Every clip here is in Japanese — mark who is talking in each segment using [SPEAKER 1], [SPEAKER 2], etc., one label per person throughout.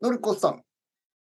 [SPEAKER 1] のりこさん。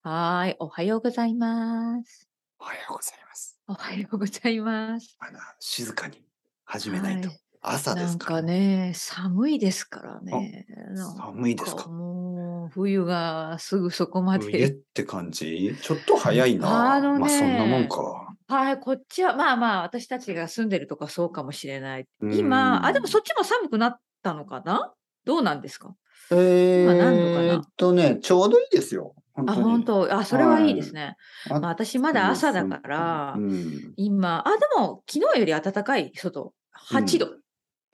[SPEAKER 2] はーい、おはようございます。
[SPEAKER 1] おはようございます。
[SPEAKER 2] おはようございます。
[SPEAKER 1] あら、静かに始めないと。
[SPEAKER 2] はい
[SPEAKER 1] 朝で
[SPEAKER 2] な
[SPEAKER 1] す
[SPEAKER 2] ん
[SPEAKER 1] から
[SPEAKER 2] か。ね、寒いですからね。なんか
[SPEAKER 1] 寒いですか。
[SPEAKER 2] もう冬がすぐそこま
[SPEAKER 1] 冬っ
[SPEAKER 2] で。
[SPEAKER 1] て感じちょっと早いな。
[SPEAKER 2] あのね
[SPEAKER 1] まあそんなもんか。
[SPEAKER 2] はい、こっちはまあまあ私たちが住んでるとかそうかもしれない。
[SPEAKER 1] うん
[SPEAKER 2] 今、あ、でもそっちも寒くなったのかなどうなんですか
[SPEAKER 1] え
[SPEAKER 2] 今何度かな
[SPEAKER 1] ー、っとね、ちょうどいいですよ。本当
[SPEAKER 2] あ、
[SPEAKER 1] に
[SPEAKER 2] 本当あ、それはい
[SPEAKER 1] はい
[SPEAKER 2] いですね。
[SPEAKER 1] あ
[SPEAKER 2] まあ私まだ朝だから
[SPEAKER 1] う、ん。
[SPEAKER 2] 今、あ、でも昨日より暖かい外、8度。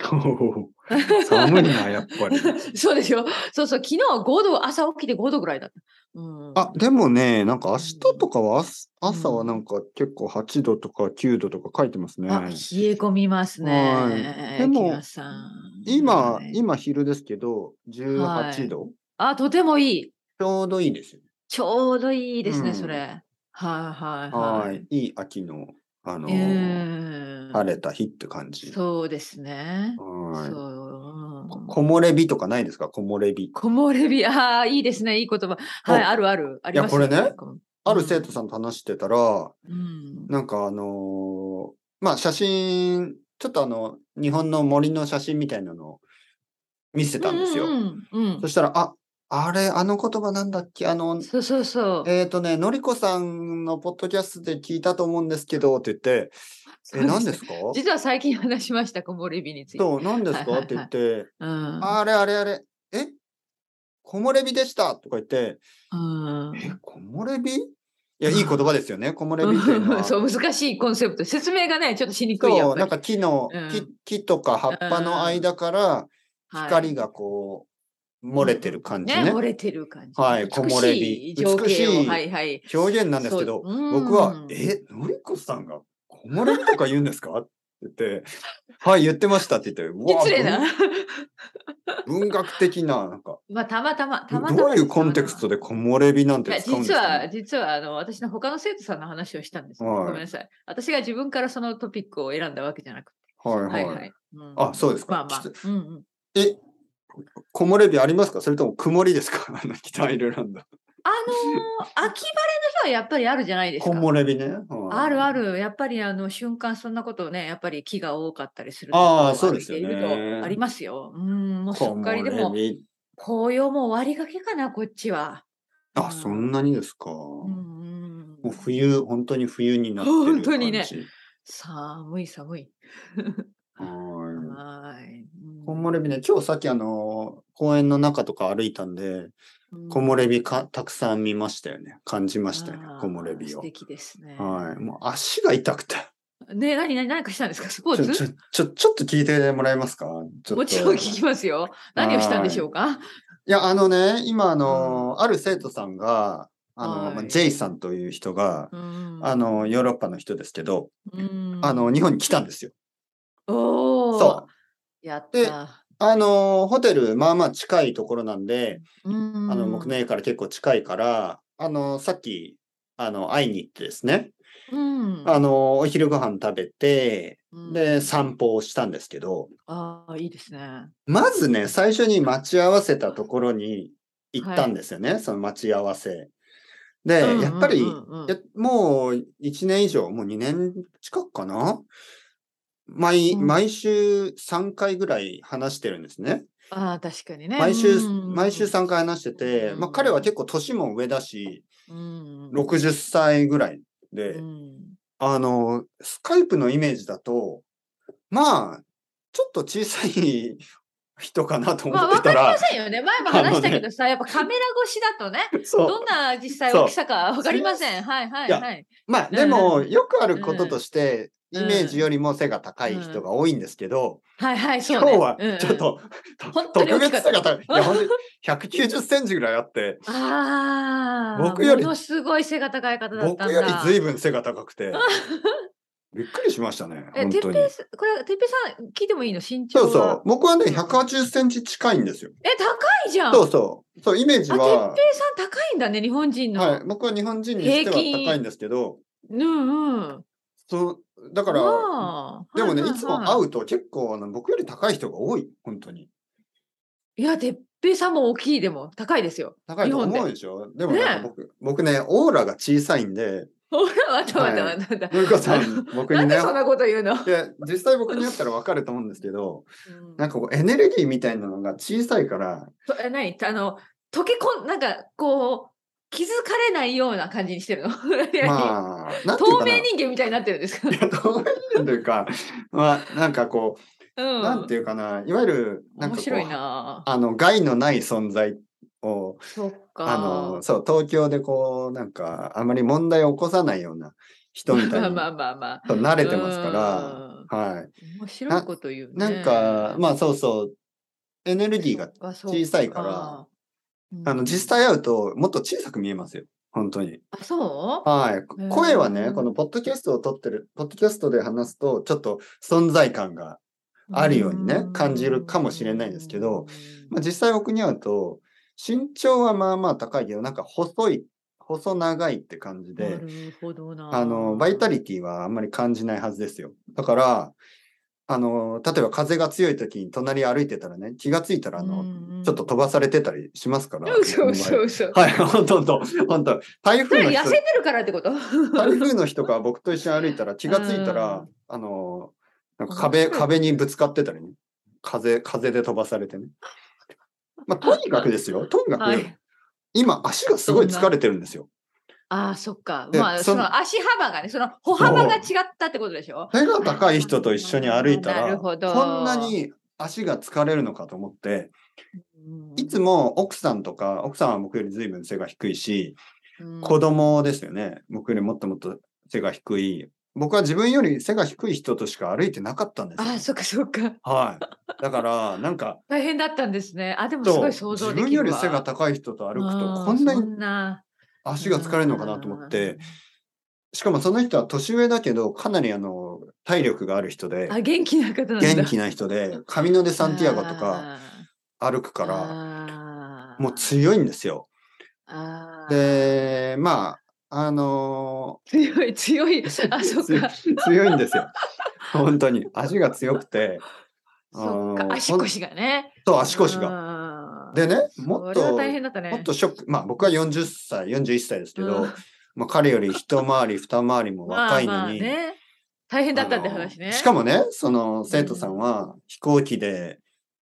[SPEAKER 1] 寒いな、やっぱり。
[SPEAKER 2] そうですよ。そうそう、昨日5度、朝起きて5度ぐらいだった。うん、
[SPEAKER 1] あ、でもね、なんか明日とかは、朝朝はなんか結構8度とか9度とか書いてますね。
[SPEAKER 2] あ冷え込みます
[SPEAKER 1] は
[SPEAKER 2] ね
[SPEAKER 1] い。でも
[SPEAKER 2] 木村さん
[SPEAKER 1] 今、
[SPEAKER 2] はい
[SPEAKER 1] 今昼ですけど、18度、
[SPEAKER 2] あ、とてもいい。
[SPEAKER 1] ちょうどいいですよね。
[SPEAKER 2] ちょうどいいですね、
[SPEAKER 1] うん
[SPEAKER 2] それ。はいはい
[SPEAKER 1] は
[SPEAKER 2] はいい。。
[SPEAKER 1] いい秋の、あのー、
[SPEAKER 2] え
[SPEAKER 1] 晴れた日って感じ。
[SPEAKER 2] そうですね。
[SPEAKER 1] はい
[SPEAKER 2] そううん
[SPEAKER 1] 木漏れ日とかないですか木漏れ日。
[SPEAKER 2] 木漏れ日、ああ、いいですね、いい言葉。はい、
[SPEAKER 1] お
[SPEAKER 2] あるある。あります
[SPEAKER 1] これね
[SPEAKER 2] なんかも
[SPEAKER 1] ある生徒さんと話してたら、
[SPEAKER 2] うん。
[SPEAKER 1] なんかあのーまあ写真、ちょっとあの、日本の森の写真みたいなのを見せたんですよ。
[SPEAKER 2] うんうんうん
[SPEAKER 1] そしたら、あ、あれ、あの言葉なんだっけあの、
[SPEAKER 2] そうそうそう。
[SPEAKER 1] えっ、とね、のりこさんのポッドキャストで聞いたと思うんですけど、って言って、え、何ですか
[SPEAKER 2] 実は最近話しました、木漏れ日について。
[SPEAKER 1] そう、何ですか
[SPEAKER 2] はいはいはい
[SPEAKER 1] って言って、
[SPEAKER 2] うん
[SPEAKER 1] あれあれあれ、え木漏れ日でしたとか言って、
[SPEAKER 2] うん
[SPEAKER 1] え、木漏れ日いや、いい言葉ですよね。木漏れ日っていうのは。
[SPEAKER 2] そう難しいコンセプト説明がねちょっとしにくいや
[SPEAKER 1] そ
[SPEAKER 2] っ
[SPEAKER 1] う、
[SPEAKER 2] ぱ
[SPEAKER 1] なん
[SPEAKER 2] り
[SPEAKER 1] か木の、
[SPEAKER 2] うん
[SPEAKER 1] 木、木とか葉っぱの間から
[SPEAKER 2] はい
[SPEAKER 1] 光がこう、漏れてる感じ
[SPEAKER 2] ね
[SPEAKER 1] ね。
[SPEAKER 2] 漏れてる感じ
[SPEAKER 1] はい木漏れ日
[SPEAKER 2] 美しい情景
[SPEAKER 1] 美し
[SPEAKER 2] を
[SPEAKER 1] い
[SPEAKER 2] はいはい
[SPEAKER 1] 表現なんですけど、
[SPEAKER 2] そううん
[SPEAKER 1] 僕は、え、のりこさんが木漏れ日とか言うんですかって言って、はい、言ってましたって言って、うわ
[SPEAKER 2] 失礼な
[SPEAKER 1] 文文学的な、なんか、
[SPEAKER 2] まあたまたまたまたま
[SPEAKER 1] どういうコンテクスト
[SPEAKER 2] で
[SPEAKER 1] で木漏れ日なん
[SPEAKER 2] いや
[SPEAKER 1] て使うんです
[SPEAKER 2] 実
[SPEAKER 1] かね
[SPEAKER 2] は実はあの私の他の生徒さんの話をしたんです、
[SPEAKER 1] はい
[SPEAKER 2] ごめんなさい私が自分からそのトピックを選んだわけじゃなくて
[SPEAKER 1] は
[SPEAKER 2] はいい
[SPEAKER 1] は。
[SPEAKER 2] はいい、うん
[SPEAKER 1] あ、そうですか。
[SPEAKER 2] まあまあ
[SPEAKER 1] ちょっ
[SPEAKER 2] うんう
[SPEAKER 1] と
[SPEAKER 2] ん
[SPEAKER 1] え、木漏れ日ありますかそれとも曇りですか あの北アイルランド。
[SPEAKER 2] あのー秋晴れの日はやっぱりあるじゃないです
[SPEAKER 1] 木
[SPEAKER 2] か
[SPEAKER 1] 漏れ日ね。はい
[SPEAKER 2] あるあ。る、やっぱりあの瞬間、そんなことをね、やっぱり木が多かったりする
[SPEAKER 1] あー
[SPEAKER 2] とこ
[SPEAKER 1] そ
[SPEAKER 2] ろを
[SPEAKER 1] うですよね
[SPEAKER 2] 歩いているとありますよ。うん、もうすっかりで
[SPEAKER 1] 木
[SPEAKER 2] も、
[SPEAKER 1] 漏れ日
[SPEAKER 2] 紅葉も終わりがけかな、こっちは。
[SPEAKER 1] あ、そんなにですか。
[SPEAKER 2] う
[SPEAKER 1] も
[SPEAKER 2] ん
[SPEAKER 1] う
[SPEAKER 2] う、
[SPEAKER 1] ん冬、本当に冬になってる感じ。
[SPEAKER 2] 本当にね寒い寒い。
[SPEAKER 1] はい。
[SPEAKER 2] はい。
[SPEAKER 1] 木漏れ日ね、今日さっきあの、公園の中とか歩いたんで、木漏れ日かたくさん見ましたよね。感じま
[SPEAKER 2] ま
[SPEAKER 1] したよね、木漏れ日
[SPEAKER 2] 素
[SPEAKER 1] を。
[SPEAKER 2] 敵ですね。
[SPEAKER 1] はい。もう足が痛くて。
[SPEAKER 2] ね何、何、何かしたんですかスポ
[SPEAKER 1] ち
[SPEAKER 2] ー
[SPEAKER 1] ょ、ちょ
[SPEAKER 2] ツ、
[SPEAKER 1] ちょ、ちょっと聞いてもらえますかちょっと
[SPEAKER 2] もちろん聞きますよ。何をしたんでしょうか
[SPEAKER 1] いや、あのね、今、あの、ある生徒さんが、あの、
[SPEAKER 2] はい
[SPEAKER 1] まあ、ジェイさんという人が、あ
[SPEAKER 2] あ、
[SPEAKER 1] の、ヨーロッパの人ですけど、
[SPEAKER 2] うん
[SPEAKER 1] あの、、日本に来たんですよ。
[SPEAKER 2] おー
[SPEAKER 1] そう。
[SPEAKER 2] やっ
[SPEAKER 1] で
[SPEAKER 2] た。
[SPEAKER 1] あの、ホテル、まあまあ近いところなんで、
[SPEAKER 2] あ
[SPEAKER 1] あの、
[SPEAKER 2] の
[SPEAKER 1] 僕の家から結構近いから、あの、さっき、あの、会いに行ってですね、
[SPEAKER 2] うん、
[SPEAKER 1] あの、お昼ご飯食べて、
[SPEAKER 2] うん
[SPEAKER 1] で、散歩をしたんですけど、
[SPEAKER 2] ああ、いいですね。
[SPEAKER 1] まずね、最初に待ち合わせたところに行ったんですよね、その待ち合わせ。で、
[SPEAKER 2] うん
[SPEAKER 1] やっぱり、
[SPEAKER 2] うんうんうん
[SPEAKER 1] いやもう1年以上、もう2年近くかな毎、
[SPEAKER 2] うん
[SPEAKER 1] 毎週3回ぐらい話してるんですね。
[SPEAKER 2] ああ、確かにね。
[SPEAKER 1] 毎週、
[SPEAKER 2] うん
[SPEAKER 1] 毎週3回話してて、まあ
[SPEAKER 2] うん
[SPEAKER 1] 彼は結構年も上だし、
[SPEAKER 2] うん
[SPEAKER 1] 60歳ぐらいで、
[SPEAKER 2] うん
[SPEAKER 1] あの、スカイプのイメージだと、まあ、ちょっと小さい人かなと思
[SPEAKER 2] まあ、
[SPEAKER 1] っ
[SPEAKER 2] わ
[SPEAKER 1] て
[SPEAKER 2] か
[SPEAKER 1] た
[SPEAKER 2] り
[SPEAKER 1] ら、
[SPEAKER 2] ませんよね。前も話したけどさ、やっぱカメラ越しだとね、
[SPEAKER 1] そう。
[SPEAKER 2] どんな実際
[SPEAKER 1] そう
[SPEAKER 2] 大きさかわかりません。はいはい
[SPEAKER 1] いや
[SPEAKER 2] はい。
[SPEAKER 1] まあ
[SPEAKER 2] うん
[SPEAKER 1] でもよくあることとして、
[SPEAKER 2] うん
[SPEAKER 1] イメージよりも背が高い人が多いんですけど、
[SPEAKER 2] はいはい、そう
[SPEAKER 1] 今
[SPEAKER 2] ね、
[SPEAKER 1] 日は
[SPEAKER 2] うんうん
[SPEAKER 1] ちょっ。と、と
[SPEAKER 2] 本当に
[SPEAKER 1] 特
[SPEAKER 2] 大きか
[SPEAKER 1] 別
[SPEAKER 2] った
[SPEAKER 1] 背が高い。いや、本当に190センチぐらいあって、
[SPEAKER 2] ああ、
[SPEAKER 1] 僕より
[SPEAKER 2] ものすごい背が高い方だったんだ。
[SPEAKER 1] 僕より随分背が高く て、びっくりしましたね。
[SPEAKER 2] え、
[SPEAKER 1] 本
[SPEAKER 2] てっ
[SPEAKER 1] 当
[SPEAKER 2] ぺ
[SPEAKER 1] に。
[SPEAKER 2] いさん、これ、てっぺいさん、聞いてもいいの身長
[SPEAKER 1] そ
[SPEAKER 2] は。
[SPEAKER 1] うそう。僕はね、180センチ近いんですよ。
[SPEAKER 2] え、高いじゃん。
[SPEAKER 1] そうそう。そう、イメージ
[SPEAKER 2] あ、て
[SPEAKER 1] は
[SPEAKER 2] っぺ、いさん高いんだね、日本人の。
[SPEAKER 1] はい、僕は日本人にしては
[SPEAKER 2] 平均
[SPEAKER 1] 高いんですけど、
[SPEAKER 2] うんうん。
[SPEAKER 1] そう、だから、
[SPEAKER 2] わあ
[SPEAKER 1] でもね、
[SPEAKER 2] はいはは
[SPEAKER 1] つも会うと結構あの僕より高い人が多い、本当に。
[SPEAKER 2] いや、てっぺいさんも大きいでも高いですよ。
[SPEAKER 1] 高いと
[SPEAKER 2] 日
[SPEAKER 1] 思
[SPEAKER 2] 本
[SPEAKER 1] う
[SPEAKER 2] で
[SPEAKER 1] でしょでもなんか僕、僕ね、オーラが小さいんで、
[SPEAKER 2] ほら、またまた
[SPEAKER 1] は
[SPEAKER 2] またまた。
[SPEAKER 1] のりこさん、僕
[SPEAKER 2] な
[SPEAKER 1] に
[SPEAKER 2] ん
[SPEAKER 1] ね
[SPEAKER 2] で、そんなこと言うの、
[SPEAKER 1] で実際僕にやったらわかると思うんですけど、
[SPEAKER 2] うん
[SPEAKER 1] なんかこうエネルギーみたいなのが小さいから、
[SPEAKER 2] とえ、何あの、溶けこん、なんか、こう、気づかれないような感じにしてるの。
[SPEAKER 1] まあ、なんていう
[SPEAKER 2] 透
[SPEAKER 1] かな
[SPEAKER 2] 明。人間みたいになってるんですか
[SPEAKER 1] いや 透明人間というか、まあ、なんかこう、なんて
[SPEAKER 2] い
[SPEAKER 1] いうかな、いわゆる、なんかこ
[SPEAKER 2] 面
[SPEAKER 1] う、
[SPEAKER 2] 白いな
[SPEAKER 1] あの、害のない存在を、
[SPEAKER 2] そっか。
[SPEAKER 1] あの、そう、東京でこう、なんか、あまり問題を起こさないような人みたい
[SPEAKER 2] まあ
[SPEAKER 1] に
[SPEAKER 2] まあまあまあ。
[SPEAKER 1] そう慣れてますから、はい。
[SPEAKER 2] うん。面白いこと言う
[SPEAKER 1] な
[SPEAKER 2] ね。
[SPEAKER 1] んか、まあそうそう、エネルギーが、小さいからあの、実
[SPEAKER 2] 際。
[SPEAKER 1] 際会うと、もっと小さく見えますよ。本当に。
[SPEAKER 2] あ、そう
[SPEAKER 1] はい。
[SPEAKER 2] ー
[SPEAKER 1] 声はね、このポッドキャストを撮ってる、ポッドキャストで話すと、ちょっと存在感があるようにね感じるかもしれないですけど、まあ、
[SPEAKER 2] うん
[SPEAKER 1] 実際僕に会うと、身長はまあまあ高いけど、なんか細い、細長いって感じ
[SPEAKER 2] な
[SPEAKER 1] で、
[SPEAKER 2] るほどな。
[SPEAKER 1] あの、バイタリティはあんまり感じないはずですよ。だから、あの、例えば風が強い時に隣歩いてたらね、気がついたら、あの、ちょっと飛ばされてたりしますから。
[SPEAKER 2] うんそう
[SPEAKER 1] 僕の
[SPEAKER 2] そうそう。
[SPEAKER 1] 場合はい、本当本当本当台
[SPEAKER 2] そ
[SPEAKER 1] 風
[SPEAKER 2] れ
[SPEAKER 1] の
[SPEAKER 2] 痩
[SPEAKER 1] 人
[SPEAKER 2] せ、てるからってこと
[SPEAKER 1] 台風の日とか僕と一緒に歩いたら気がついた
[SPEAKER 2] う
[SPEAKER 1] ら
[SPEAKER 2] ん、
[SPEAKER 1] あの、なんか壁、
[SPEAKER 2] 面白い
[SPEAKER 1] 壁にぶつかってたりね。風、風で飛ばされてね。 まあ、とにかくですよ。とにかく、
[SPEAKER 2] はい
[SPEAKER 1] 今足がすごい疲れてるんですよ。
[SPEAKER 2] ああ、そっか。
[SPEAKER 1] で
[SPEAKER 2] まあ、
[SPEAKER 1] そ
[SPEAKER 2] そ
[SPEAKER 1] の
[SPEAKER 2] の足幅がね、その歩幅が違ったってことでしょ
[SPEAKER 1] 背が高い人と一緒に歩いた
[SPEAKER 2] な
[SPEAKER 1] ら、
[SPEAKER 2] るほ
[SPEAKER 1] こ
[SPEAKER 2] ど
[SPEAKER 1] んなに足が疲れるのかと思って、いつ
[SPEAKER 2] も
[SPEAKER 1] も奥さんとか、奥さんは僕より随分背が低いし、子供ですよね。僕よりもっともっと背が低い。僕は自分より背が低い人としか歩いてなかったんです
[SPEAKER 2] ああ、
[SPEAKER 1] よ。
[SPEAKER 2] そっかそっか。
[SPEAKER 1] はい。だから、なんか、
[SPEAKER 2] 大変だったんですね。あ、でもす
[SPEAKER 1] そ
[SPEAKER 2] ご
[SPEAKER 1] う
[SPEAKER 2] い想像
[SPEAKER 1] 自
[SPEAKER 2] で
[SPEAKER 1] 分
[SPEAKER 2] きる
[SPEAKER 1] よ
[SPEAKER 2] わ。
[SPEAKER 1] り背が高い人と歩く
[SPEAKER 2] う
[SPEAKER 1] と、こんな
[SPEAKER 2] そ
[SPEAKER 1] に足が疲れるのかなと思って、。しかもその人は年上だけど、かなりあの、体力がある人で
[SPEAKER 2] うん、あ、元気な方なんだ。
[SPEAKER 1] 元気な人で、カミノデ・サンティアゴとか歩く
[SPEAKER 2] あー
[SPEAKER 1] から、
[SPEAKER 2] あー
[SPEAKER 1] もう強いんですよ。
[SPEAKER 2] あー
[SPEAKER 1] で、まあ、あのー
[SPEAKER 2] 強い強い。 あ、そっか。そ
[SPEAKER 1] 強い強いんですよ。本当に。足が強くて。
[SPEAKER 2] っ
[SPEAKER 1] あ
[SPEAKER 2] か。
[SPEAKER 1] の
[SPEAKER 2] 足腰がね。
[SPEAKER 1] ほんと足腰が。
[SPEAKER 2] が
[SPEAKER 1] で
[SPEAKER 2] ね、
[SPEAKER 1] ね、も
[SPEAKER 2] も
[SPEAKER 1] っ
[SPEAKER 2] っ
[SPEAKER 1] と、
[SPEAKER 2] と
[SPEAKER 1] も
[SPEAKER 2] 大変だったね。
[SPEAKER 1] っとショック。まあ僕は40歳、41歳ですけど、
[SPEAKER 2] うん
[SPEAKER 1] まあ彼より一回り、二回りも若い
[SPEAKER 2] まあま
[SPEAKER 1] の
[SPEAKER 2] あ
[SPEAKER 1] に。
[SPEAKER 2] ね、大 変だったって
[SPEAKER 1] あの
[SPEAKER 2] 話ね。
[SPEAKER 1] しかもね、その生徒さんは飛行機で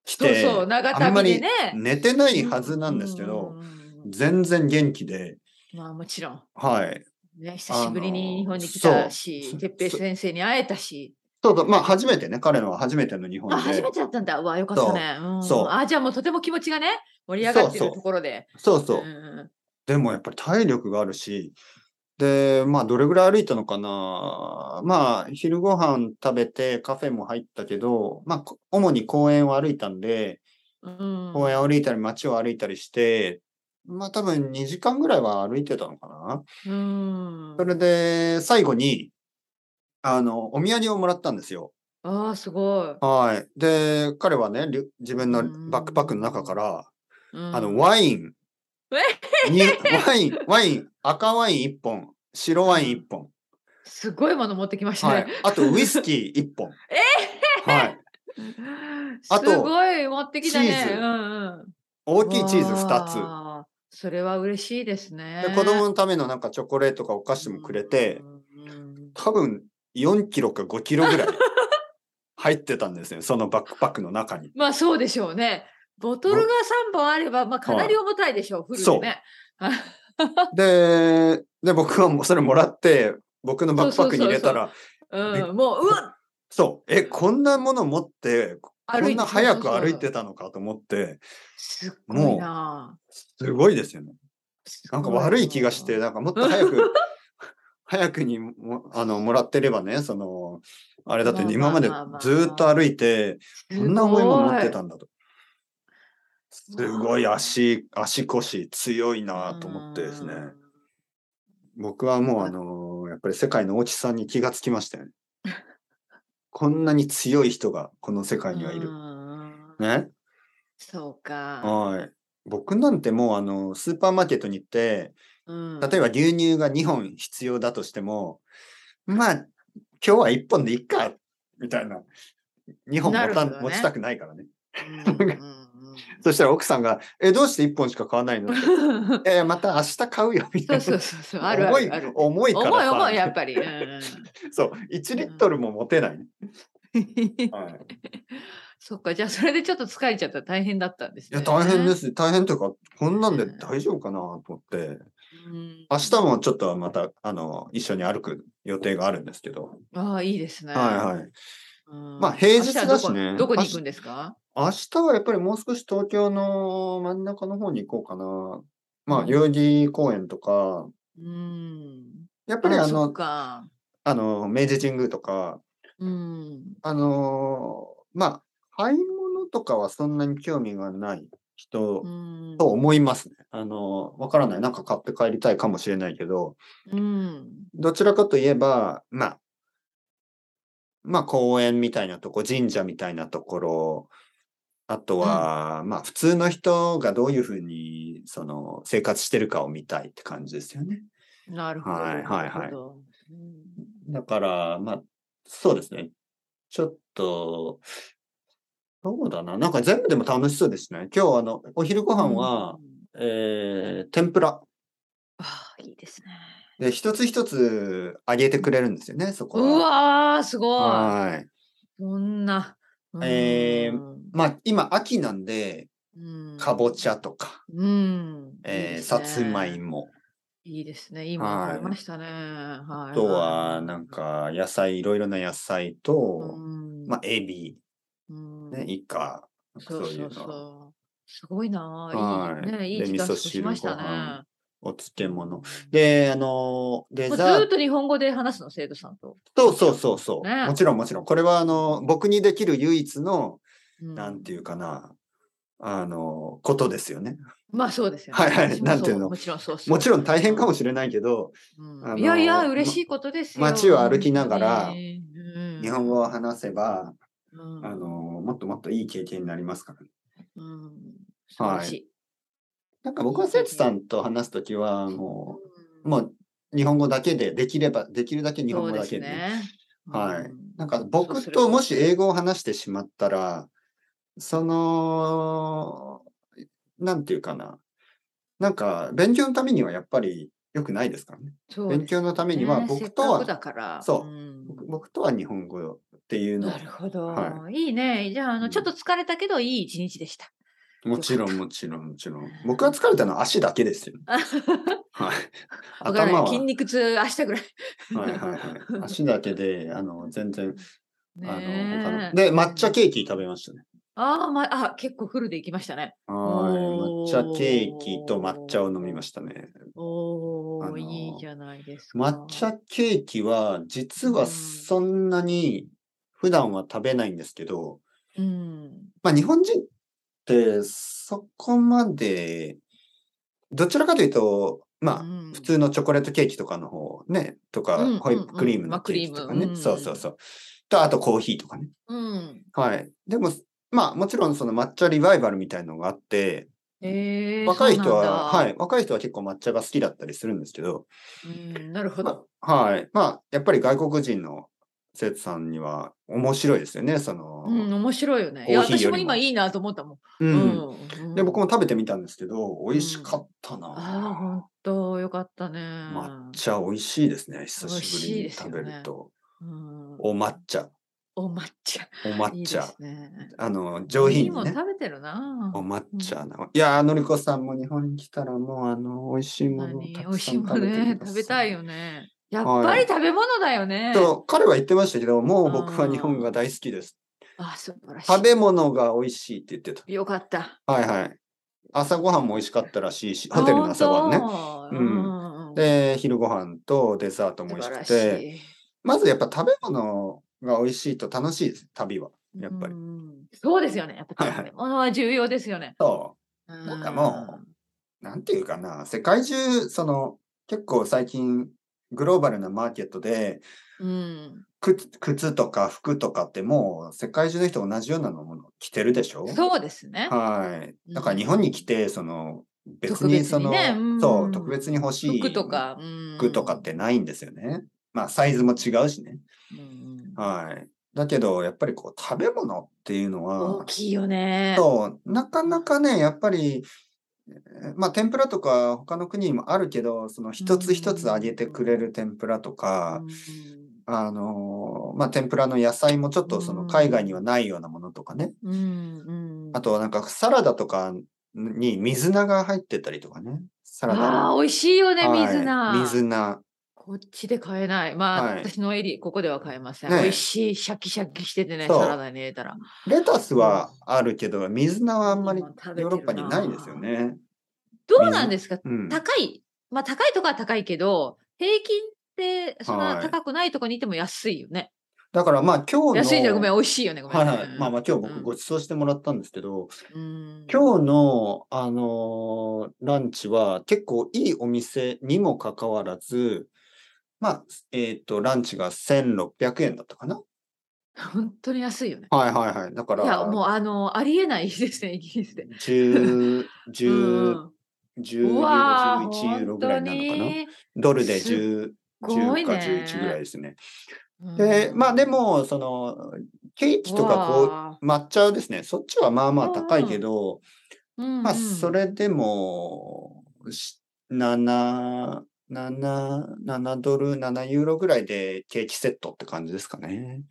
[SPEAKER 1] 来
[SPEAKER 2] そう
[SPEAKER 1] て、
[SPEAKER 2] そう、長
[SPEAKER 1] あんまり
[SPEAKER 2] 旅でね。
[SPEAKER 1] 寝てないはずなんですけど、
[SPEAKER 2] うんうんうんうん
[SPEAKER 1] 全然元気で、
[SPEAKER 2] まあもちろん。
[SPEAKER 1] はい。
[SPEAKER 2] ね、久しぶり
[SPEAKER 1] あの
[SPEAKER 2] に日本に来た
[SPEAKER 1] そ
[SPEAKER 2] し
[SPEAKER 1] う、
[SPEAKER 2] 哲平先生に会えたし。
[SPEAKER 1] そうそう、まあ初めてね、彼のは初めての日本で。
[SPEAKER 2] あ、初めてだったんだ。うわ、よかったね。うん
[SPEAKER 1] そう
[SPEAKER 2] あ、じゃあもうとても気持ちがね、盛り上がって
[SPEAKER 1] そうそ
[SPEAKER 2] る
[SPEAKER 1] う
[SPEAKER 2] ところで。
[SPEAKER 1] そうそう。
[SPEAKER 2] ん
[SPEAKER 1] でもやっぱり体力があるし、で、まあどれぐらい歩いたのかな。まあ昼ご飯食べてカフェも入ったけど、まあこ主に公園を歩いたんで、
[SPEAKER 2] うん。
[SPEAKER 1] 公園を歩いたり街を歩いたりして、まあ多分2時間ぐらいは歩いてたのかな。
[SPEAKER 2] うん。
[SPEAKER 1] それで最後に、あの、お土産をもらったんですよ。
[SPEAKER 2] ああ、すごい。
[SPEAKER 1] はい。で、彼はね、リュ自分のバックパックの中から、
[SPEAKER 2] あ
[SPEAKER 1] あの、ワイン。にワイン、ワイン、赤ワイン1本、白ワイン1本。
[SPEAKER 2] すごいもの持ってきました
[SPEAKER 1] はい
[SPEAKER 2] ね。。
[SPEAKER 1] あと、ウイスキー1本。 はい。あ
[SPEAKER 2] す
[SPEAKER 1] と
[SPEAKER 2] ごい持ってきた
[SPEAKER 1] チーズ
[SPEAKER 2] ね。うんうん。
[SPEAKER 1] 大きいチーズ2つ。
[SPEAKER 2] わあ。それは嬉しいですね。
[SPEAKER 1] で子供のためのなんかチョコレートかお菓子もくれて、
[SPEAKER 2] うんうん
[SPEAKER 1] 多分4キロか5キロぐらい 入ってたんですね。そのバックパックの中 に。
[SPEAKER 2] まあそうでしょうね。ボトルが3本あれば、まあかなり重たいでしょう、フルでね。
[SPEAKER 1] で、で、僕はもうそれもらって、僕のバックパックに入れたら、
[SPEAKER 2] うん、もう、うわ
[SPEAKER 1] そう、え、こんなもの持って、こ
[SPEAKER 2] 歩
[SPEAKER 1] ん
[SPEAKER 2] いて
[SPEAKER 1] な早く歩いてたのかと思って、
[SPEAKER 2] すっごいなあ。
[SPEAKER 1] すごいですよね。なんか悪い気がし
[SPEAKER 2] す
[SPEAKER 1] て、
[SPEAKER 2] ごいな
[SPEAKER 1] なんかもっと早く、 早くにもあのもらってればね、その、あれだってね今
[SPEAKER 2] まあま
[SPEAKER 1] ま
[SPEAKER 2] あ
[SPEAKER 1] で
[SPEAKER 2] まあまあ
[SPEAKER 1] ずーっと歩いて、
[SPEAKER 2] あ
[SPEAKER 1] こんな重いもの持って
[SPEAKER 2] すごい
[SPEAKER 1] たんだと。すごい足、足腰強いなと思ってですね。僕はもうあのーやっぱり世界の大きさに気がつきましたよね。こんなに強い人がこの世
[SPEAKER 2] う
[SPEAKER 1] 界
[SPEAKER 2] ん。
[SPEAKER 1] にはいる。
[SPEAKER 2] うん
[SPEAKER 1] ね。
[SPEAKER 2] そうか。
[SPEAKER 1] はい。僕なんてもうあの、スーパーマーケットに行って、
[SPEAKER 2] うん
[SPEAKER 1] 例えば牛乳が2本必要だとしても、まあ、今日は1本でいっか、みたいな。2本
[SPEAKER 2] な
[SPEAKER 1] 持
[SPEAKER 2] る
[SPEAKER 1] た
[SPEAKER 2] ほ
[SPEAKER 1] ん、
[SPEAKER 2] どね
[SPEAKER 1] 持ちたくないからね。
[SPEAKER 2] うんうんうん
[SPEAKER 1] そしたら奥さんが、え、どうして1本しか買わないの って。いやいや、また明日買うよ、みた
[SPEAKER 2] そ
[SPEAKER 1] いうな。
[SPEAKER 2] そうそうそう、あるあるある。
[SPEAKER 1] 重い、重いから
[SPEAKER 2] 重い
[SPEAKER 1] さ。
[SPEAKER 2] 重い、やっぱり。うん
[SPEAKER 1] そう、1リットルも持てない。
[SPEAKER 2] うん
[SPEAKER 1] はい、い
[SPEAKER 2] そっか、じゃあそれでちょっと疲れちゃったら大変だったんですね。。
[SPEAKER 1] や、大変ですす。大変というか、こんなんで大丈夫かなと思って。明日もちょっとまた、あの、一緒に歩く予定があるんですけど。
[SPEAKER 2] ああ、いいですね。
[SPEAKER 1] はいはい。
[SPEAKER 2] うん
[SPEAKER 1] まあ平日だしね
[SPEAKER 2] 明日どこどこに行くんですか
[SPEAKER 1] 明日はやっぱりもう少し東京の真ん中の方に行こうかな。ま
[SPEAKER 2] う
[SPEAKER 1] あ、
[SPEAKER 2] ん
[SPEAKER 1] 代々木公園とか、
[SPEAKER 2] うん。
[SPEAKER 1] やっ
[SPEAKER 2] や
[SPEAKER 1] ぱりあ
[SPEAKER 2] そっ
[SPEAKER 1] の、
[SPEAKER 2] か。
[SPEAKER 1] あの、明治神宮とか、
[SPEAKER 2] うん。
[SPEAKER 1] あのーまあ、買い物とかはそんなに興味がない人
[SPEAKER 2] うん
[SPEAKER 1] と思いますね。あのーわからない。なんか買って帰りたいかもしれないけど、
[SPEAKER 2] うん。
[SPEAKER 1] どちらかといえば、まあ、まあ、公園みたいなとこ、神社みたいなところ、あとは、まあ、普通の人がどういうふうに、その、生活してるかを見たいって感じですよね。
[SPEAKER 2] なるほど。
[SPEAKER 1] はいはいはい
[SPEAKER 2] なるほどうん
[SPEAKER 1] だから、まあ、そうですね。ちょっと、そうだな。なんか全部でも楽しそうですね。今日、あの、お昼ご飯は、
[SPEAKER 2] うん
[SPEAKER 1] えー、天ぷら。
[SPEAKER 2] ああ、いいですね。
[SPEAKER 1] で、一つ一つ揚げてくれるんですよね、そこ
[SPEAKER 2] う
[SPEAKER 1] は。
[SPEAKER 2] わー、すごい。
[SPEAKER 1] はい。
[SPEAKER 2] こんな。うん
[SPEAKER 1] えーまあ、今、秋なんで、
[SPEAKER 2] うん
[SPEAKER 1] かぼちゃとか、
[SPEAKER 2] うん。
[SPEAKER 1] えーさつまい
[SPEAKER 2] も。
[SPEAKER 1] も。
[SPEAKER 2] いいですね。今
[SPEAKER 1] はい
[SPEAKER 2] 食べましたね。は
[SPEAKER 1] あ
[SPEAKER 2] い。
[SPEAKER 1] とは、なんか、野菜、いろいろな野菜と、まあ
[SPEAKER 2] ま、
[SPEAKER 1] エビ、
[SPEAKER 2] うん
[SPEAKER 1] ね、イカ、
[SPEAKER 2] そ
[SPEAKER 1] そうう
[SPEAKER 2] そ
[SPEAKER 1] いううの。
[SPEAKER 2] そう。すごいな
[SPEAKER 1] は
[SPEAKER 2] あ。
[SPEAKER 1] い
[SPEAKER 2] いいね。いい
[SPEAKER 1] で
[SPEAKER 2] 時
[SPEAKER 1] 味
[SPEAKER 2] 間
[SPEAKER 1] 噌
[SPEAKER 2] 過ごしました
[SPEAKER 1] 汁ご飯
[SPEAKER 2] ね。
[SPEAKER 1] お漬物。で、あの、デ
[SPEAKER 2] もうず
[SPEAKER 1] ザ
[SPEAKER 2] ーっ
[SPEAKER 1] ー
[SPEAKER 2] と日本語で話すの、生徒さんと。
[SPEAKER 1] ト、そうそうそう。
[SPEAKER 2] ね
[SPEAKER 1] もちろんもちろん。これは、あの、僕にできる唯一の、
[SPEAKER 2] う
[SPEAKER 1] なんていうかな、あの、ことですよね。
[SPEAKER 2] まあそうですよね。
[SPEAKER 1] はいはい
[SPEAKER 2] 私も
[SPEAKER 1] なんていうの
[SPEAKER 2] そもちろんそうそう
[SPEAKER 1] もちろん大変かもしれないけど、
[SPEAKER 2] うん
[SPEAKER 1] あの
[SPEAKER 2] いやいや、嬉しいことですよ。
[SPEAKER 1] ま街を歩きながら
[SPEAKER 2] 本当にうん
[SPEAKER 1] 日本語を話せば、
[SPEAKER 2] うん
[SPEAKER 1] あの、もっともっといい経験になりますからね。
[SPEAKER 2] うん素晴らしい。
[SPEAKER 1] なんか僕は生徒さんと話すときは、もう、
[SPEAKER 2] うん
[SPEAKER 1] もう日本語だけで、できれば、できるだけ日
[SPEAKER 2] そ
[SPEAKER 1] 本
[SPEAKER 2] う
[SPEAKER 1] 語
[SPEAKER 2] で
[SPEAKER 1] だ
[SPEAKER 2] す
[SPEAKER 1] けで。
[SPEAKER 2] ね。
[SPEAKER 1] はい
[SPEAKER 2] うん
[SPEAKER 1] なんか
[SPEAKER 2] そう
[SPEAKER 1] 僕
[SPEAKER 2] すれば
[SPEAKER 1] ともし英語を話してしまったら、その、なんていうかな。なんか勉強のためにはやっぱり良くないですからね。
[SPEAKER 2] そう
[SPEAKER 1] 勉
[SPEAKER 2] です
[SPEAKER 1] 強のためには
[SPEAKER 2] ねせ
[SPEAKER 1] 僕
[SPEAKER 2] っ
[SPEAKER 1] と
[SPEAKER 2] か
[SPEAKER 1] は、
[SPEAKER 2] くだから。
[SPEAKER 1] そうん僕僕とは日本語っていうの
[SPEAKER 2] な
[SPEAKER 1] は
[SPEAKER 2] るほど、。
[SPEAKER 1] はい
[SPEAKER 2] いね。じゃあ、あ
[SPEAKER 1] う
[SPEAKER 2] の、
[SPEAKER 1] ん
[SPEAKER 2] ちょっと疲れたけど、いい一日で した。
[SPEAKER 1] もちろんもちろんもちろん。僕が疲れたのは足だけですよ。 はい。
[SPEAKER 2] わから
[SPEAKER 1] 頭
[SPEAKER 2] ない
[SPEAKER 1] は、
[SPEAKER 2] 筋肉痛、明日ぐらい。
[SPEAKER 1] はいはいはい。足だけで、あの、全然、あの、他
[SPEAKER 2] ね
[SPEAKER 1] の
[SPEAKER 2] え
[SPEAKER 1] で、抹茶ケーキ食べましたね。
[SPEAKER 2] あー、まあ、結構フルで行きましたね。
[SPEAKER 1] はい。抹
[SPEAKER 2] おー
[SPEAKER 1] 茶ケーキと抹茶を飲みましたね。
[SPEAKER 2] おー、
[SPEAKER 1] あの
[SPEAKER 2] いいじゃないですか。
[SPEAKER 1] 抹茶ケーキは、実はそんなに普段は食べないんですけど、
[SPEAKER 2] うん。
[SPEAKER 1] まあ日本人ってそこまで、どちらかというと、まあ、
[SPEAKER 2] 普
[SPEAKER 1] 普通のチョコレートケーキとかの方ね、とか
[SPEAKER 2] うん、
[SPEAKER 1] ホイップクリーム
[SPEAKER 2] うんうんまあ
[SPEAKER 1] のケーキとか
[SPEAKER 2] クリームう
[SPEAKER 1] ね。
[SPEAKER 2] ん
[SPEAKER 1] そうそうそう。と、あとコーヒーとかね。
[SPEAKER 2] うん。
[SPEAKER 1] はい。でも、まあもちろんその抹茶リバイバルみたいのがあって、
[SPEAKER 2] えー、
[SPEAKER 1] 若い人は、
[SPEAKER 2] そう
[SPEAKER 1] は
[SPEAKER 2] なんだ
[SPEAKER 1] い、若い人は結構抹茶が好きだったりするんですけど、
[SPEAKER 2] うん、なるほど。
[SPEAKER 1] はい。まあ、やっぱり外国人の生徒さんには面白いですよね、その。
[SPEAKER 2] うん、面白いよね。いや、
[SPEAKER 1] コーヒー
[SPEAKER 2] 私
[SPEAKER 1] よりも
[SPEAKER 2] も今いいなと思ったもん。
[SPEAKER 1] うん
[SPEAKER 2] うん
[SPEAKER 1] で、僕も食べてみたんですけど、美味しかった
[SPEAKER 2] ああ、
[SPEAKER 1] な。
[SPEAKER 2] 本当よかったね。
[SPEAKER 1] 抹茶美味しいですね、久しぶり
[SPEAKER 2] 美味しい
[SPEAKER 1] に
[SPEAKER 2] ですよ
[SPEAKER 1] 食
[SPEAKER 2] ね
[SPEAKER 1] べると。
[SPEAKER 2] うん
[SPEAKER 1] お抹茶、
[SPEAKER 2] お抹茶。
[SPEAKER 1] お
[SPEAKER 2] い
[SPEAKER 1] 抹
[SPEAKER 2] い
[SPEAKER 1] 茶。
[SPEAKER 2] ですね。
[SPEAKER 1] あの、上品
[SPEAKER 2] も
[SPEAKER 1] にね。
[SPEAKER 2] 食べてるな。
[SPEAKER 1] お抹茶な、いやー、のりこさんも日本に来たらもう、あの、美味しいものを
[SPEAKER 2] 何
[SPEAKER 1] た
[SPEAKER 2] 美
[SPEAKER 1] く
[SPEAKER 2] 味
[SPEAKER 1] さ
[SPEAKER 2] し
[SPEAKER 1] ん
[SPEAKER 2] いも
[SPEAKER 1] 食
[SPEAKER 2] ん
[SPEAKER 1] べて
[SPEAKER 2] ね
[SPEAKER 1] ください。
[SPEAKER 2] 食べたいよね。やっぱり食べ物だよね。
[SPEAKER 1] と彼は言ってましたけど、もう僕は日本が大好きです。
[SPEAKER 2] あ、素晴らしい。
[SPEAKER 1] 食べ物が美味しいって言ってた。
[SPEAKER 2] よかった。
[SPEAKER 1] はいはい。朝ごはんも美味しかったらしいし、ホテルの朝ごはんね。
[SPEAKER 2] 本当
[SPEAKER 1] う
[SPEAKER 2] うんんうん。
[SPEAKER 1] で、昼ご飯とデザートも
[SPEAKER 2] 素
[SPEAKER 1] 美味
[SPEAKER 2] 晴
[SPEAKER 1] し
[SPEAKER 2] ら
[SPEAKER 1] く、
[SPEAKER 2] してい。
[SPEAKER 1] まずやっぱ食べ物が美味しいと楽しいです、旅は。やっぱり
[SPEAKER 2] うんそうですよね。やっぱ
[SPEAKER 1] はいはい
[SPEAKER 2] 食べ物は重要ですよね。
[SPEAKER 1] そ
[SPEAKER 2] な
[SPEAKER 1] なんかもう、なんていうかな、世界中、その、結構最近、グローバルなマーケットで、
[SPEAKER 2] う。うん。
[SPEAKER 1] 靴靴とか服とかってもう世界中の人同じようなもの着てるでしょ
[SPEAKER 2] そうですね。
[SPEAKER 1] はい。だから日本に来て、その、別
[SPEAKER 2] 特
[SPEAKER 1] に
[SPEAKER 2] 別
[SPEAKER 1] そ
[SPEAKER 2] に
[SPEAKER 1] の、
[SPEAKER 2] ねうん
[SPEAKER 1] そう、特別に欲しい
[SPEAKER 2] 服とか、うん
[SPEAKER 1] 服とかっ。てないんですよね。まあ、サイズも違うしね。
[SPEAKER 2] うんうん
[SPEAKER 1] はい。だけど、やっぱりこう、食べ物っていうの
[SPEAKER 2] 大
[SPEAKER 1] は、
[SPEAKER 2] きいよね。
[SPEAKER 1] そう、なかなかね、やっぱり、えーまあ、天ぷらとか他の国にもあるけど、その一つ一つ揚げてくれる天ぷらとか、あのーまあ、天ぷらの野菜もちょっとその海外にはないようなものとかね。
[SPEAKER 2] うん。うん。うん
[SPEAKER 1] あ、とはなんかサラダとかに水菜が入ってたりとかね。サラダ。
[SPEAKER 2] ああ、美味しいよね、
[SPEAKER 1] はい
[SPEAKER 2] 水菜。
[SPEAKER 1] 水菜。
[SPEAKER 2] こっちで買えない。まあ、
[SPEAKER 1] はい
[SPEAKER 2] 私のエリ、ここでは買えません。
[SPEAKER 1] ねえ
[SPEAKER 2] 美味しい、シャキシャキしててね、サ
[SPEAKER 1] そう
[SPEAKER 2] ラダに入れたら。
[SPEAKER 1] レタスはあるけど、水菜はあんまり
[SPEAKER 2] う
[SPEAKER 1] ヨ
[SPEAKER 2] ん食べてるな
[SPEAKER 1] ーロッパにないですよね。
[SPEAKER 2] どうなんですか
[SPEAKER 1] うん。
[SPEAKER 2] 高い。まあ、高いとこは高いけど、平均って、そんな
[SPEAKER 1] はい
[SPEAKER 2] 高くないとこにいても安いよね。
[SPEAKER 1] だからまあ今日の。
[SPEAKER 2] 安いじゃんごめん、美味しいよね、ごめん。
[SPEAKER 1] はいはい。まあまあ今日
[SPEAKER 2] う
[SPEAKER 1] 僕
[SPEAKER 2] ん
[SPEAKER 1] ご馳走してもらったんですけど、
[SPEAKER 2] うん
[SPEAKER 1] 今日の、あのーランチは結構いいお店にもかかわらず、まあ、えっ、と、ランチが1600円だったかな
[SPEAKER 2] 本当に安いよね。
[SPEAKER 1] はいはいはい。だか
[SPEAKER 2] い
[SPEAKER 1] ら、
[SPEAKER 2] や、もうあの、ありえないですね、イギリスで。
[SPEAKER 1] 10、10、
[SPEAKER 2] ん
[SPEAKER 1] 10ユー
[SPEAKER 2] う
[SPEAKER 1] ロ、
[SPEAKER 2] わー
[SPEAKER 1] 11ユーロぐらいになるのかな
[SPEAKER 2] 本
[SPEAKER 1] ドルです10、
[SPEAKER 2] ごい
[SPEAKER 1] 10か
[SPEAKER 2] ね
[SPEAKER 1] 11ぐらいですね。
[SPEAKER 2] 当に
[SPEAKER 1] で、まあで、
[SPEAKER 2] うん
[SPEAKER 1] も、その、ケーキとか
[SPEAKER 2] わ
[SPEAKER 1] こう、抹茶ですね。そっちはまあまあ高いけど、
[SPEAKER 2] ーうん
[SPEAKER 1] まあ
[SPEAKER 2] うん
[SPEAKER 1] それでも、し7、7、7ドル、7ユーロぐらいでケーキセットって感じですかね。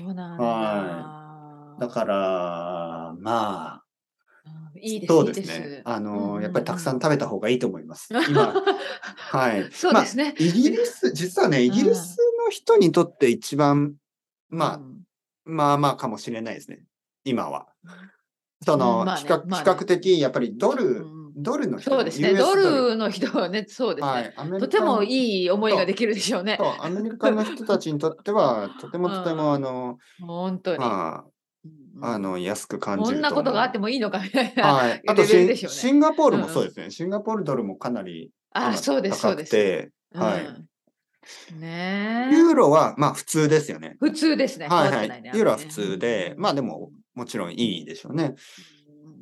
[SPEAKER 2] そうなんだ。
[SPEAKER 1] だから、まあ、
[SPEAKER 2] うんいいです
[SPEAKER 1] そう
[SPEAKER 2] いい
[SPEAKER 1] です
[SPEAKER 2] です
[SPEAKER 1] ね。 あの、
[SPEAKER 2] うん
[SPEAKER 1] やっぱりたくさん食べた方がいいと思い ます。
[SPEAKER 2] うん
[SPEAKER 1] 今、はい。
[SPEAKER 2] そうですね。
[SPEAKER 1] イギリス、実はね、イギリスの人にとって一番、まあ、まあまあかもしれないですね。今は。その、
[SPEAKER 2] うんまあね
[SPEAKER 1] 比較
[SPEAKER 2] まあね
[SPEAKER 1] 比較的、やっぱりド
[SPEAKER 2] う
[SPEAKER 1] ル、
[SPEAKER 2] ん
[SPEAKER 1] ドルの人
[SPEAKER 2] そうですね。
[SPEAKER 1] US
[SPEAKER 2] ドルの人はね、そうですね。
[SPEAKER 1] はい。アメリカの
[SPEAKER 2] とてもいい思いができるでしょうね。
[SPEAKER 1] そうアメリカの人たちにとって は、とてもとて
[SPEAKER 2] うん
[SPEAKER 1] も、あの、
[SPEAKER 2] 本当に。
[SPEAKER 1] ま
[SPEAKER 2] うん
[SPEAKER 1] あ、あの、安く感
[SPEAKER 2] こ
[SPEAKER 1] じる
[SPEAKER 2] ん
[SPEAKER 1] と
[SPEAKER 2] な
[SPEAKER 1] 思う
[SPEAKER 2] ことがあってもいいのかみたいな。
[SPEAKER 1] はい。あと
[SPEAKER 2] レベル
[SPEAKER 1] シン、
[SPEAKER 2] でしょうね
[SPEAKER 1] シンガポールもそうですね。シンガポールドルもかなり今
[SPEAKER 2] あ、そうです、そう
[SPEAKER 1] 高
[SPEAKER 2] で
[SPEAKER 1] く
[SPEAKER 2] す。
[SPEAKER 1] て、はい
[SPEAKER 2] うんねえ
[SPEAKER 1] ユーロはまあ普通ですよね。
[SPEAKER 2] 普通ですね。
[SPEAKER 1] はい
[SPEAKER 2] 変わっ
[SPEAKER 1] は
[SPEAKER 2] てないね。。
[SPEAKER 1] ユーロは普通で、まあでも
[SPEAKER 2] うん、
[SPEAKER 1] もちろんいいでしょうね。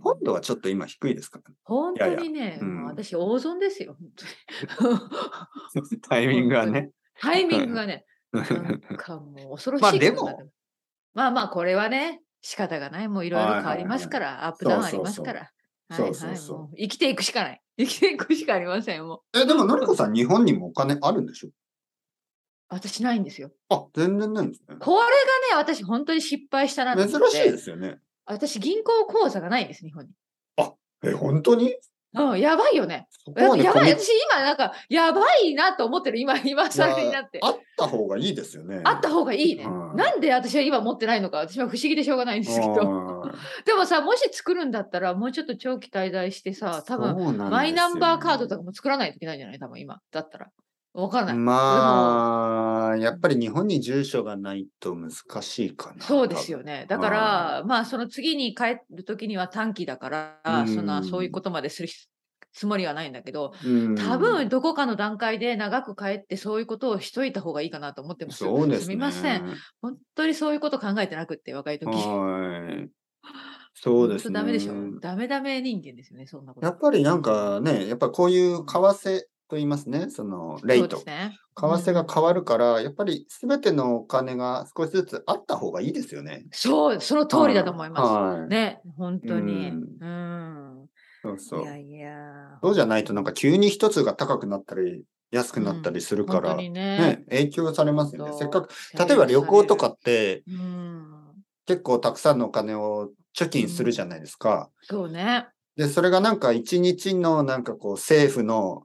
[SPEAKER 1] ポンドはちょっと今低いですから、
[SPEAKER 2] 本当にね、
[SPEAKER 1] うん
[SPEAKER 2] もう私、大損ですよ。本当に
[SPEAKER 1] タイミングがね。
[SPEAKER 2] タイミングがね、なん
[SPEAKER 1] は
[SPEAKER 2] かもう恐ろしい
[SPEAKER 1] まあ
[SPEAKER 2] ことになって
[SPEAKER 1] でも
[SPEAKER 2] ます。まあまあ、これはね、仕方がない。もういろいろ変わりますから、アップダウンありますから。
[SPEAKER 1] そうそうそう
[SPEAKER 2] はい
[SPEAKER 1] そうそ
[SPEAKER 2] はい
[SPEAKER 1] うそう
[SPEAKER 2] もう生きていくしかない。生きていくしかありませんよ。もう
[SPEAKER 1] いえ、でも、のりこさん、日本にもお金あるんでしょ
[SPEAKER 2] 私ないんですよ。
[SPEAKER 1] あ、全然ないんですね。
[SPEAKER 2] これがね、私本当に失敗したなと思って。
[SPEAKER 1] 珍しいですよね。
[SPEAKER 2] 私、銀行口座がないんです、日本に。
[SPEAKER 1] え、本当に
[SPEAKER 2] うん、やばいよね。
[SPEAKER 1] そこ
[SPEAKER 2] や
[SPEAKER 1] まで
[SPEAKER 2] ばい。
[SPEAKER 1] コミ
[SPEAKER 2] 私、今、なんか、やばいなと思ってる。今、今更になって。
[SPEAKER 1] あった方がいいですよね。
[SPEAKER 2] あった方がいいね。
[SPEAKER 1] はい
[SPEAKER 2] なんで私は今持ってないのか、私は不思議でしょうがないんですけど。
[SPEAKER 1] はい
[SPEAKER 2] でもさ、もし作るんだったら、もうちょっと長期滞在してさ、多
[SPEAKER 1] そ
[SPEAKER 2] 分、
[SPEAKER 1] うなんですよね
[SPEAKER 2] マイナンバーカードとかも作らないといけないんじゃない多分今。だったら。わからない。
[SPEAKER 1] まあ、やっぱり日本に住所がないと難しいかな。
[SPEAKER 2] そうですよね。だから、まあ、その次に帰る時には短期だから、
[SPEAKER 1] うん
[SPEAKER 2] そんな、そういうことまでするつもりはないんだけど、
[SPEAKER 1] 多分。うん
[SPEAKER 2] 多分、どこかの段階で長く帰って、そういうことをしといた方がいいかなと思ってます。
[SPEAKER 1] そうですね。
[SPEAKER 2] みません。本当にそういうこと考えてなくって、若い時。
[SPEAKER 1] はい。そうですね。
[SPEAKER 2] 本当ダメでしょ。ダメダメ人間ですよね、そんなこと。
[SPEAKER 1] やっぱりなんかね、やっぱりこういう為替と言いますね、そのレイト。
[SPEAKER 2] そうですね。
[SPEAKER 1] 為替が変わるから、やっぱりすべてのお金が少しずつあった方がいいですよね。
[SPEAKER 2] そう、その通りだと思いま
[SPEAKER 1] はい。
[SPEAKER 2] す。ね、本当に。
[SPEAKER 1] う
[SPEAKER 2] うん。
[SPEAKER 1] そうそ
[SPEAKER 2] いや
[SPEAKER 1] う。
[SPEAKER 2] いや。
[SPEAKER 1] そうじゃないと、なんか急に一つが高くなったり、安くなったりするか
[SPEAKER 2] 本
[SPEAKER 1] ら、
[SPEAKER 2] 当に
[SPEAKER 1] ね
[SPEAKER 2] ね。、
[SPEAKER 1] 影響されますよね。
[SPEAKER 2] 本当
[SPEAKER 1] せっかく、例えば旅行とか。って、
[SPEAKER 2] うん。
[SPEAKER 1] 結構たくさんのお金を貯金するじゃないですか。
[SPEAKER 2] そうね。
[SPEAKER 1] で、それがなんか一日のなんかこう政府の、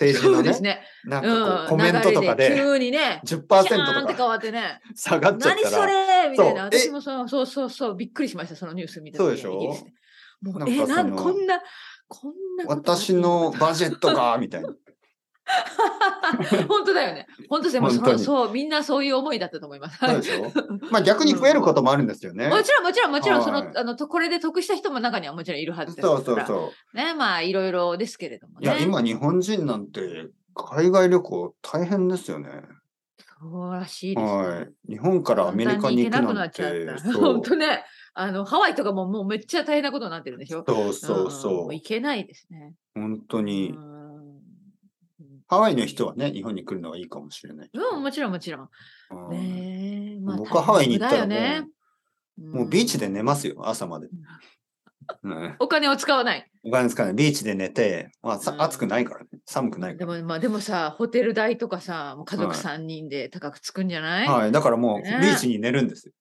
[SPEAKER 1] 政治
[SPEAKER 2] そ
[SPEAKER 1] の
[SPEAKER 2] う
[SPEAKER 1] ね
[SPEAKER 2] です、ね。
[SPEAKER 1] なんかこ
[SPEAKER 2] うん。
[SPEAKER 1] うコメントとか
[SPEAKER 2] 流れ
[SPEAKER 1] で
[SPEAKER 2] 急にね。
[SPEAKER 1] 10%
[SPEAKER 2] シャーンって
[SPEAKER 1] と
[SPEAKER 2] 変
[SPEAKER 1] か
[SPEAKER 2] わってね。
[SPEAKER 1] 下がっちゃっ
[SPEAKER 2] 何
[SPEAKER 1] た
[SPEAKER 2] そ
[SPEAKER 1] ら、
[SPEAKER 2] れみたいな。
[SPEAKER 1] そうえ
[SPEAKER 2] 私もそのそうそうそう、びっくりしました、そのニュース見た時
[SPEAKER 1] そうでしょ
[SPEAKER 2] イギリスでもう
[SPEAKER 1] なんか
[SPEAKER 2] え、な
[SPEAKER 1] そ
[SPEAKER 2] ん
[SPEAKER 1] の
[SPEAKER 2] こんな、こんなことがあって
[SPEAKER 1] 私のバジェットが、みたいな。
[SPEAKER 2] 本当だよね。本当ですね。もうそ
[SPEAKER 1] 本当
[SPEAKER 2] の
[SPEAKER 1] に
[SPEAKER 2] そう、みんなそういう思いだったと思います。
[SPEAKER 1] そうでしょまあ逆に増えることもあるんですよね。
[SPEAKER 2] もちろん、もちろん、もちろん、そ
[SPEAKER 1] は
[SPEAKER 2] の
[SPEAKER 1] い、
[SPEAKER 2] あの、とこれで得した人も中にはもちろんいるはずですから。
[SPEAKER 1] そうそうそ
[SPEAKER 2] ね、まあ、いろいろですけれども
[SPEAKER 1] う。い
[SPEAKER 2] ね。
[SPEAKER 1] や、今日本人なんて海外旅行大変ですよね。
[SPEAKER 2] そうらしいです、ね。
[SPEAKER 1] はい。日本からアメリカに行くなん
[SPEAKER 2] 簡単に
[SPEAKER 1] て
[SPEAKER 2] 行けなくなっちゃっ、た。
[SPEAKER 1] そう
[SPEAKER 2] 本当ね、あの、ハワイとかももうめっちゃ大変なことになってるんでしょ
[SPEAKER 1] そうそう
[SPEAKER 2] うんも
[SPEAKER 1] そうう
[SPEAKER 2] 行。けないですね。
[SPEAKER 1] 本当
[SPEAKER 2] う
[SPEAKER 1] に。
[SPEAKER 2] ん。
[SPEAKER 1] ハワイの人はね、日本に来るのはいいかもしれないけ
[SPEAKER 2] う
[SPEAKER 1] ど。
[SPEAKER 2] ん、もちろん、もちろん。
[SPEAKER 1] うん
[SPEAKER 2] ねえ、まあ
[SPEAKER 1] 僕はハワイに行ったら
[SPEAKER 2] 大変だよね
[SPEAKER 1] もうビーチ
[SPEAKER 2] で。
[SPEAKER 1] で寝ますよ、朝まで。うん
[SPEAKER 2] お金を使わない。
[SPEAKER 1] お金使わない。ビーチで寝て、まあ、さ
[SPEAKER 2] うん
[SPEAKER 1] 暑くないからね。寒くない
[SPEAKER 2] で
[SPEAKER 1] か
[SPEAKER 2] も、まあ、でもさ、ホテル代とかさ、もう家族
[SPEAKER 1] はい
[SPEAKER 2] 3人で高くつくんじゃない、
[SPEAKER 1] ら。はい。だからもう、ビ
[SPEAKER 2] ね
[SPEAKER 1] ーチに寝るんですよ。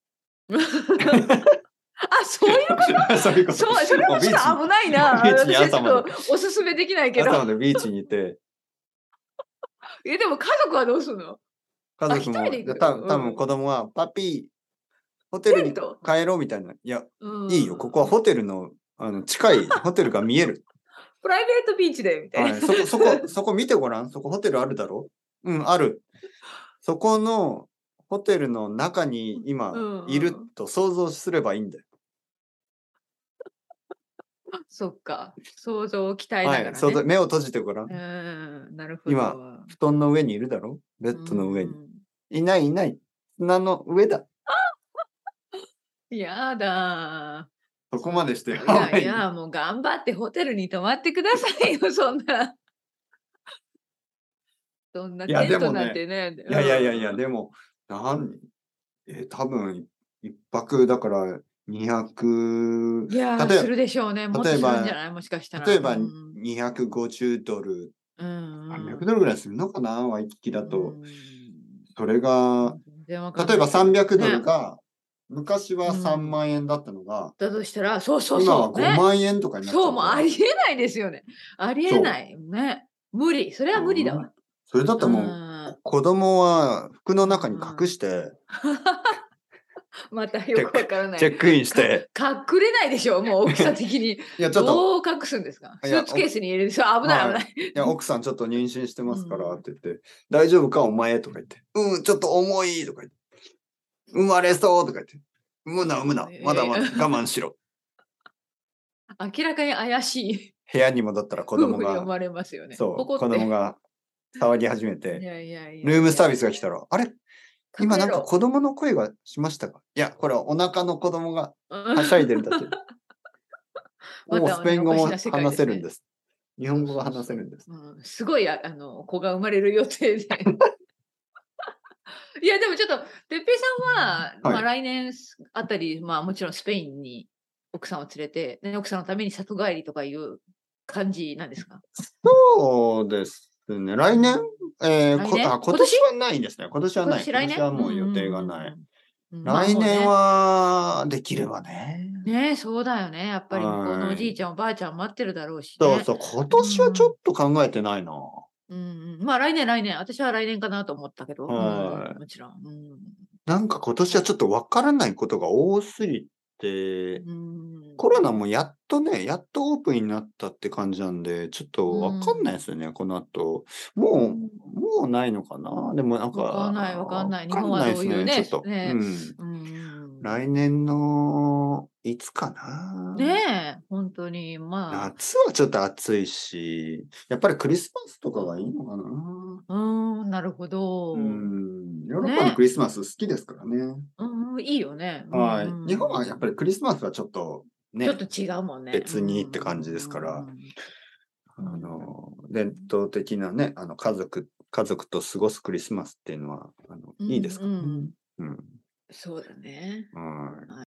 [SPEAKER 2] あ、そういうこと
[SPEAKER 1] そういうこと
[SPEAKER 2] そう、それ
[SPEAKER 1] も
[SPEAKER 2] は
[SPEAKER 1] うビ
[SPEAKER 2] ち
[SPEAKER 1] ーチ
[SPEAKER 2] ょっと危ないな。
[SPEAKER 1] ビーチに
[SPEAKER 2] 私はち
[SPEAKER 1] 朝ま
[SPEAKER 2] ょ
[SPEAKER 1] で
[SPEAKER 2] っとおすすめできない
[SPEAKER 1] に
[SPEAKER 2] け
[SPEAKER 1] 朝ま
[SPEAKER 2] ど。
[SPEAKER 1] でビーチにいて、
[SPEAKER 2] え、でも家族はどうすんの
[SPEAKER 1] 家族
[SPEAKER 2] あ一人で行
[SPEAKER 1] も、
[SPEAKER 2] く
[SPEAKER 1] た多
[SPEAKER 2] う
[SPEAKER 1] 分
[SPEAKER 2] ん
[SPEAKER 1] 子供は、パピー、ホテ
[SPEAKER 2] テ
[SPEAKER 1] ル
[SPEAKER 2] ン
[SPEAKER 1] に
[SPEAKER 2] ト、
[SPEAKER 1] 帰ろうみたいな。いや、
[SPEAKER 2] うん
[SPEAKER 1] いいよ、ここはホテルの、あの、近い、ホテルが見える。
[SPEAKER 2] プライベートビーチで、み たいな。
[SPEAKER 1] はい、そこ、そこ、そこ見てごらん。そこホテルあるだろうん、ある。そこのホテルの中に今
[SPEAKER 2] うん
[SPEAKER 1] いると想像すればいいんだよ。
[SPEAKER 2] そっか。想像を鍛えなが
[SPEAKER 1] は
[SPEAKER 2] ら、ね。
[SPEAKER 1] い、想像目を閉じてごらん
[SPEAKER 2] う。ーん、なるほど。
[SPEAKER 1] 今、布団の上にいるだろベ
[SPEAKER 2] ベ
[SPEAKER 1] ッドの上に。いないいない。砂の上だ。
[SPEAKER 2] やだ
[SPEAKER 1] そこまでしてハ
[SPEAKER 2] ー。い
[SPEAKER 1] ワ
[SPEAKER 2] や
[SPEAKER 1] イ
[SPEAKER 2] い
[SPEAKER 1] に
[SPEAKER 2] や、もう頑張ってホテルに泊まってくださいよ、 そんな。そんない
[SPEAKER 1] や
[SPEAKER 2] テン
[SPEAKER 1] で
[SPEAKER 2] ト
[SPEAKER 1] もね
[SPEAKER 2] なんてね。
[SPEAKER 1] いやいやいやいや、
[SPEAKER 2] うん
[SPEAKER 1] でも、なん、えー多分、一泊だから200、
[SPEAKER 2] いやー
[SPEAKER 1] 例えば
[SPEAKER 2] するでしょうね。もっとす
[SPEAKER 1] 例えば
[SPEAKER 2] るんじゃないもしかしたら。
[SPEAKER 1] 例えば
[SPEAKER 2] うん
[SPEAKER 1] 250ドル、
[SPEAKER 2] うんうん
[SPEAKER 1] 300ドルぐらいするのかな、ワイキキだ
[SPEAKER 2] う
[SPEAKER 1] と。
[SPEAKER 2] ん
[SPEAKER 1] それが、
[SPEAKER 2] 全然わかんな
[SPEAKER 1] 例
[SPEAKER 2] い
[SPEAKER 1] えば300ド
[SPEAKER 2] ね
[SPEAKER 1] ルが、昔は
[SPEAKER 2] うん
[SPEAKER 1] 3万円だったのが、
[SPEAKER 2] だとしたら、そうそうそう。
[SPEAKER 1] 今は
[SPEAKER 2] ね
[SPEAKER 1] 5万円とかになっちゃ
[SPEAKER 2] そう、もうあ
[SPEAKER 1] う。
[SPEAKER 2] りえないですよね。ありえない。ね。無理。それは無理だわ。
[SPEAKER 1] それだともう、
[SPEAKER 2] ん
[SPEAKER 1] 子供は服の中に隠して、
[SPEAKER 2] またよくわからない。
[SPEAKER 1] チ
[SPEAKER 2] 隠
[SPEAKER 1] ェックインして、
[SPEAKER 2] れないでしょ、もう大きさ的に。
[SPEAKER 1] い や、ちょっと、
[SPEAKER 2] どう隠すんですか
[SPEAKER 1] い
[SPEAKER 2] ス
[SPEAKER 1] や
[SPEAKER 2] ーツケースに入れる。そう危ない
[SPEAKER 1] は
[SPEAKER 2] 危ないい。
[SPEAKER 1] いや、奥さんちょっと妊娠してますから
[SPEAKER 2] うん
[SPEAKER 1] って言って、大丈夫かお前とか言って、うん、ちょっと重いとか言って、生まれそうとか言って、産むな産むな
[SPEAKER 2] え、ー
[SPEAKER 1] まだまだ我慢しろ。
[SPEAKER 2] 明らかに怪しい
[SPEAKER 1] 部屋に戻ったら子
[SPEAKER 2] 夫
[SPEAKER 1] 供
[SPEAKER 2] 婦 に思
[SPEAKER 1] が、
[SPEAKER 2] われますよね。
[SPEAKER 1] そう、
[SPEAKER 2] 怒
[SPEAKER 1] 子
[SPEAKER 2] って
[SPEAKER 1] 供が触り始め
[SPEAKER 2] い
[SPEAKER 1] て、
[SPEAKER 2] やいやいや
[SPEAKER 1] ルームサービスが来たら、あれ今なんか
[SPEAKER 2] こ
[SPEAKER 1] 子供の声がしましたかいや、これはお腹の子供が
[SPEAKER 2] うん
[SPEAKER 1] はしゃいでるだけ。
[SPEAKER 2] また
[SPEAKER 1] もうスペイン語
[SPEAKER 2] お
[SPEAKER 1] も
[SPEAKER 2] かしな世界
[SPEAKER 1] 話せるん
[SPEAKER 2] で
[SPEAKER 1] です。日本語が話せるんです。
[SPEAKER 2] うんすごいあ あの子が生まれる予定で。いやでもちょっと哲平さんは、まあ、来年すあたり、まあ、もちろんスペインに奥さんを連れて、ね、奥さんのために里帰りとかいう感じなんですか
[SPEAKER 1] そうですね。来年えーこ
[SPEAKER 2] 来年
[SPEAKER 1] あ今年はないですね。今年は
[SPEAKER 2] 今
[SPEAKER 1] ない。
[SPEAKER 2] 年来年
[SPEAKER 1] はもう予定がない。。
[SPEAKER 2] うんうんうんうんまあ
[SPEAKER 1] 来年
[SPEAKER 2] も
[SPEAKER 1] はできればね。
[SPEAKER 2] うねねそうだよね。やっぱり向こうの
[SPEAKER 1] は
[SPEAKER 2] お
[SPEAKER 1] い
[SPEAKER 2] じいちゃん、おばあちゃん待ってるだろうし、ね。
[SPEAKER 1] そうそう。今年はちょっと考えてないな。
[SPEAKER 2] うんうんまあ来年来年。私は来年かなと思ったけど。うん
[SPEAKER 1] はい
[SPEAKER 2] もちろん。う
[SPEAKER 1] なんか今年はちょっとわからないことが多すぎて、
[SPEAKER 2] んうん
[SPEAKER 1] コロナもやっとね、やっとオープンになったって感じなんで、ちょっとわかんないですよね、この後。もう、もうないのかなでもなんか。
[SPEAKER 2] わかんないわかんない
[SPEAKER 1] わかんないです
[SPEAKER 2] 日本はどういうね
[SPEAKER 1] ちょっと、
[SPEAKER 2] ね
[SPEAKER 1] うん。
[SPEAKER 2] うん
[SPEAKER 1] 来年の、いつかな
[SPEAKER 2] ねえ、本当に、ま
[SPEAKER 1] 夏はちょっと暑いし、やっぱりクリスマスとかがいいのかな
[SPEAKER 2] あ、うーん、なるほど。
[SPEAKER 1] う
[SPEAKER 2] うん、
[SPEAKER 1] ん。ヨーロッパのクリスマス好きですからね。
[SPEAKER 2] いいよね。
[SPEAKER 1] はい
[SPEAKER 2] うん。
[SPEAKER 1] 日本はやっぱりクリスマスはちょっと、ね。
[SPEAKER 2] ちょっと違うもんね。
[SPEAKER 1] 別にって感じですから
[SPEAKER 2] うん
[SPEAKER 1] あの、伝統的なね、あの、家族、家族と過ごすクリスマスっていうのは、あの、いいですからね。
[SPEAKER 2] うん
[SPEAKER 1] うん。
[SPEAKER 2] そうだね。
[SPEAKER 1] はい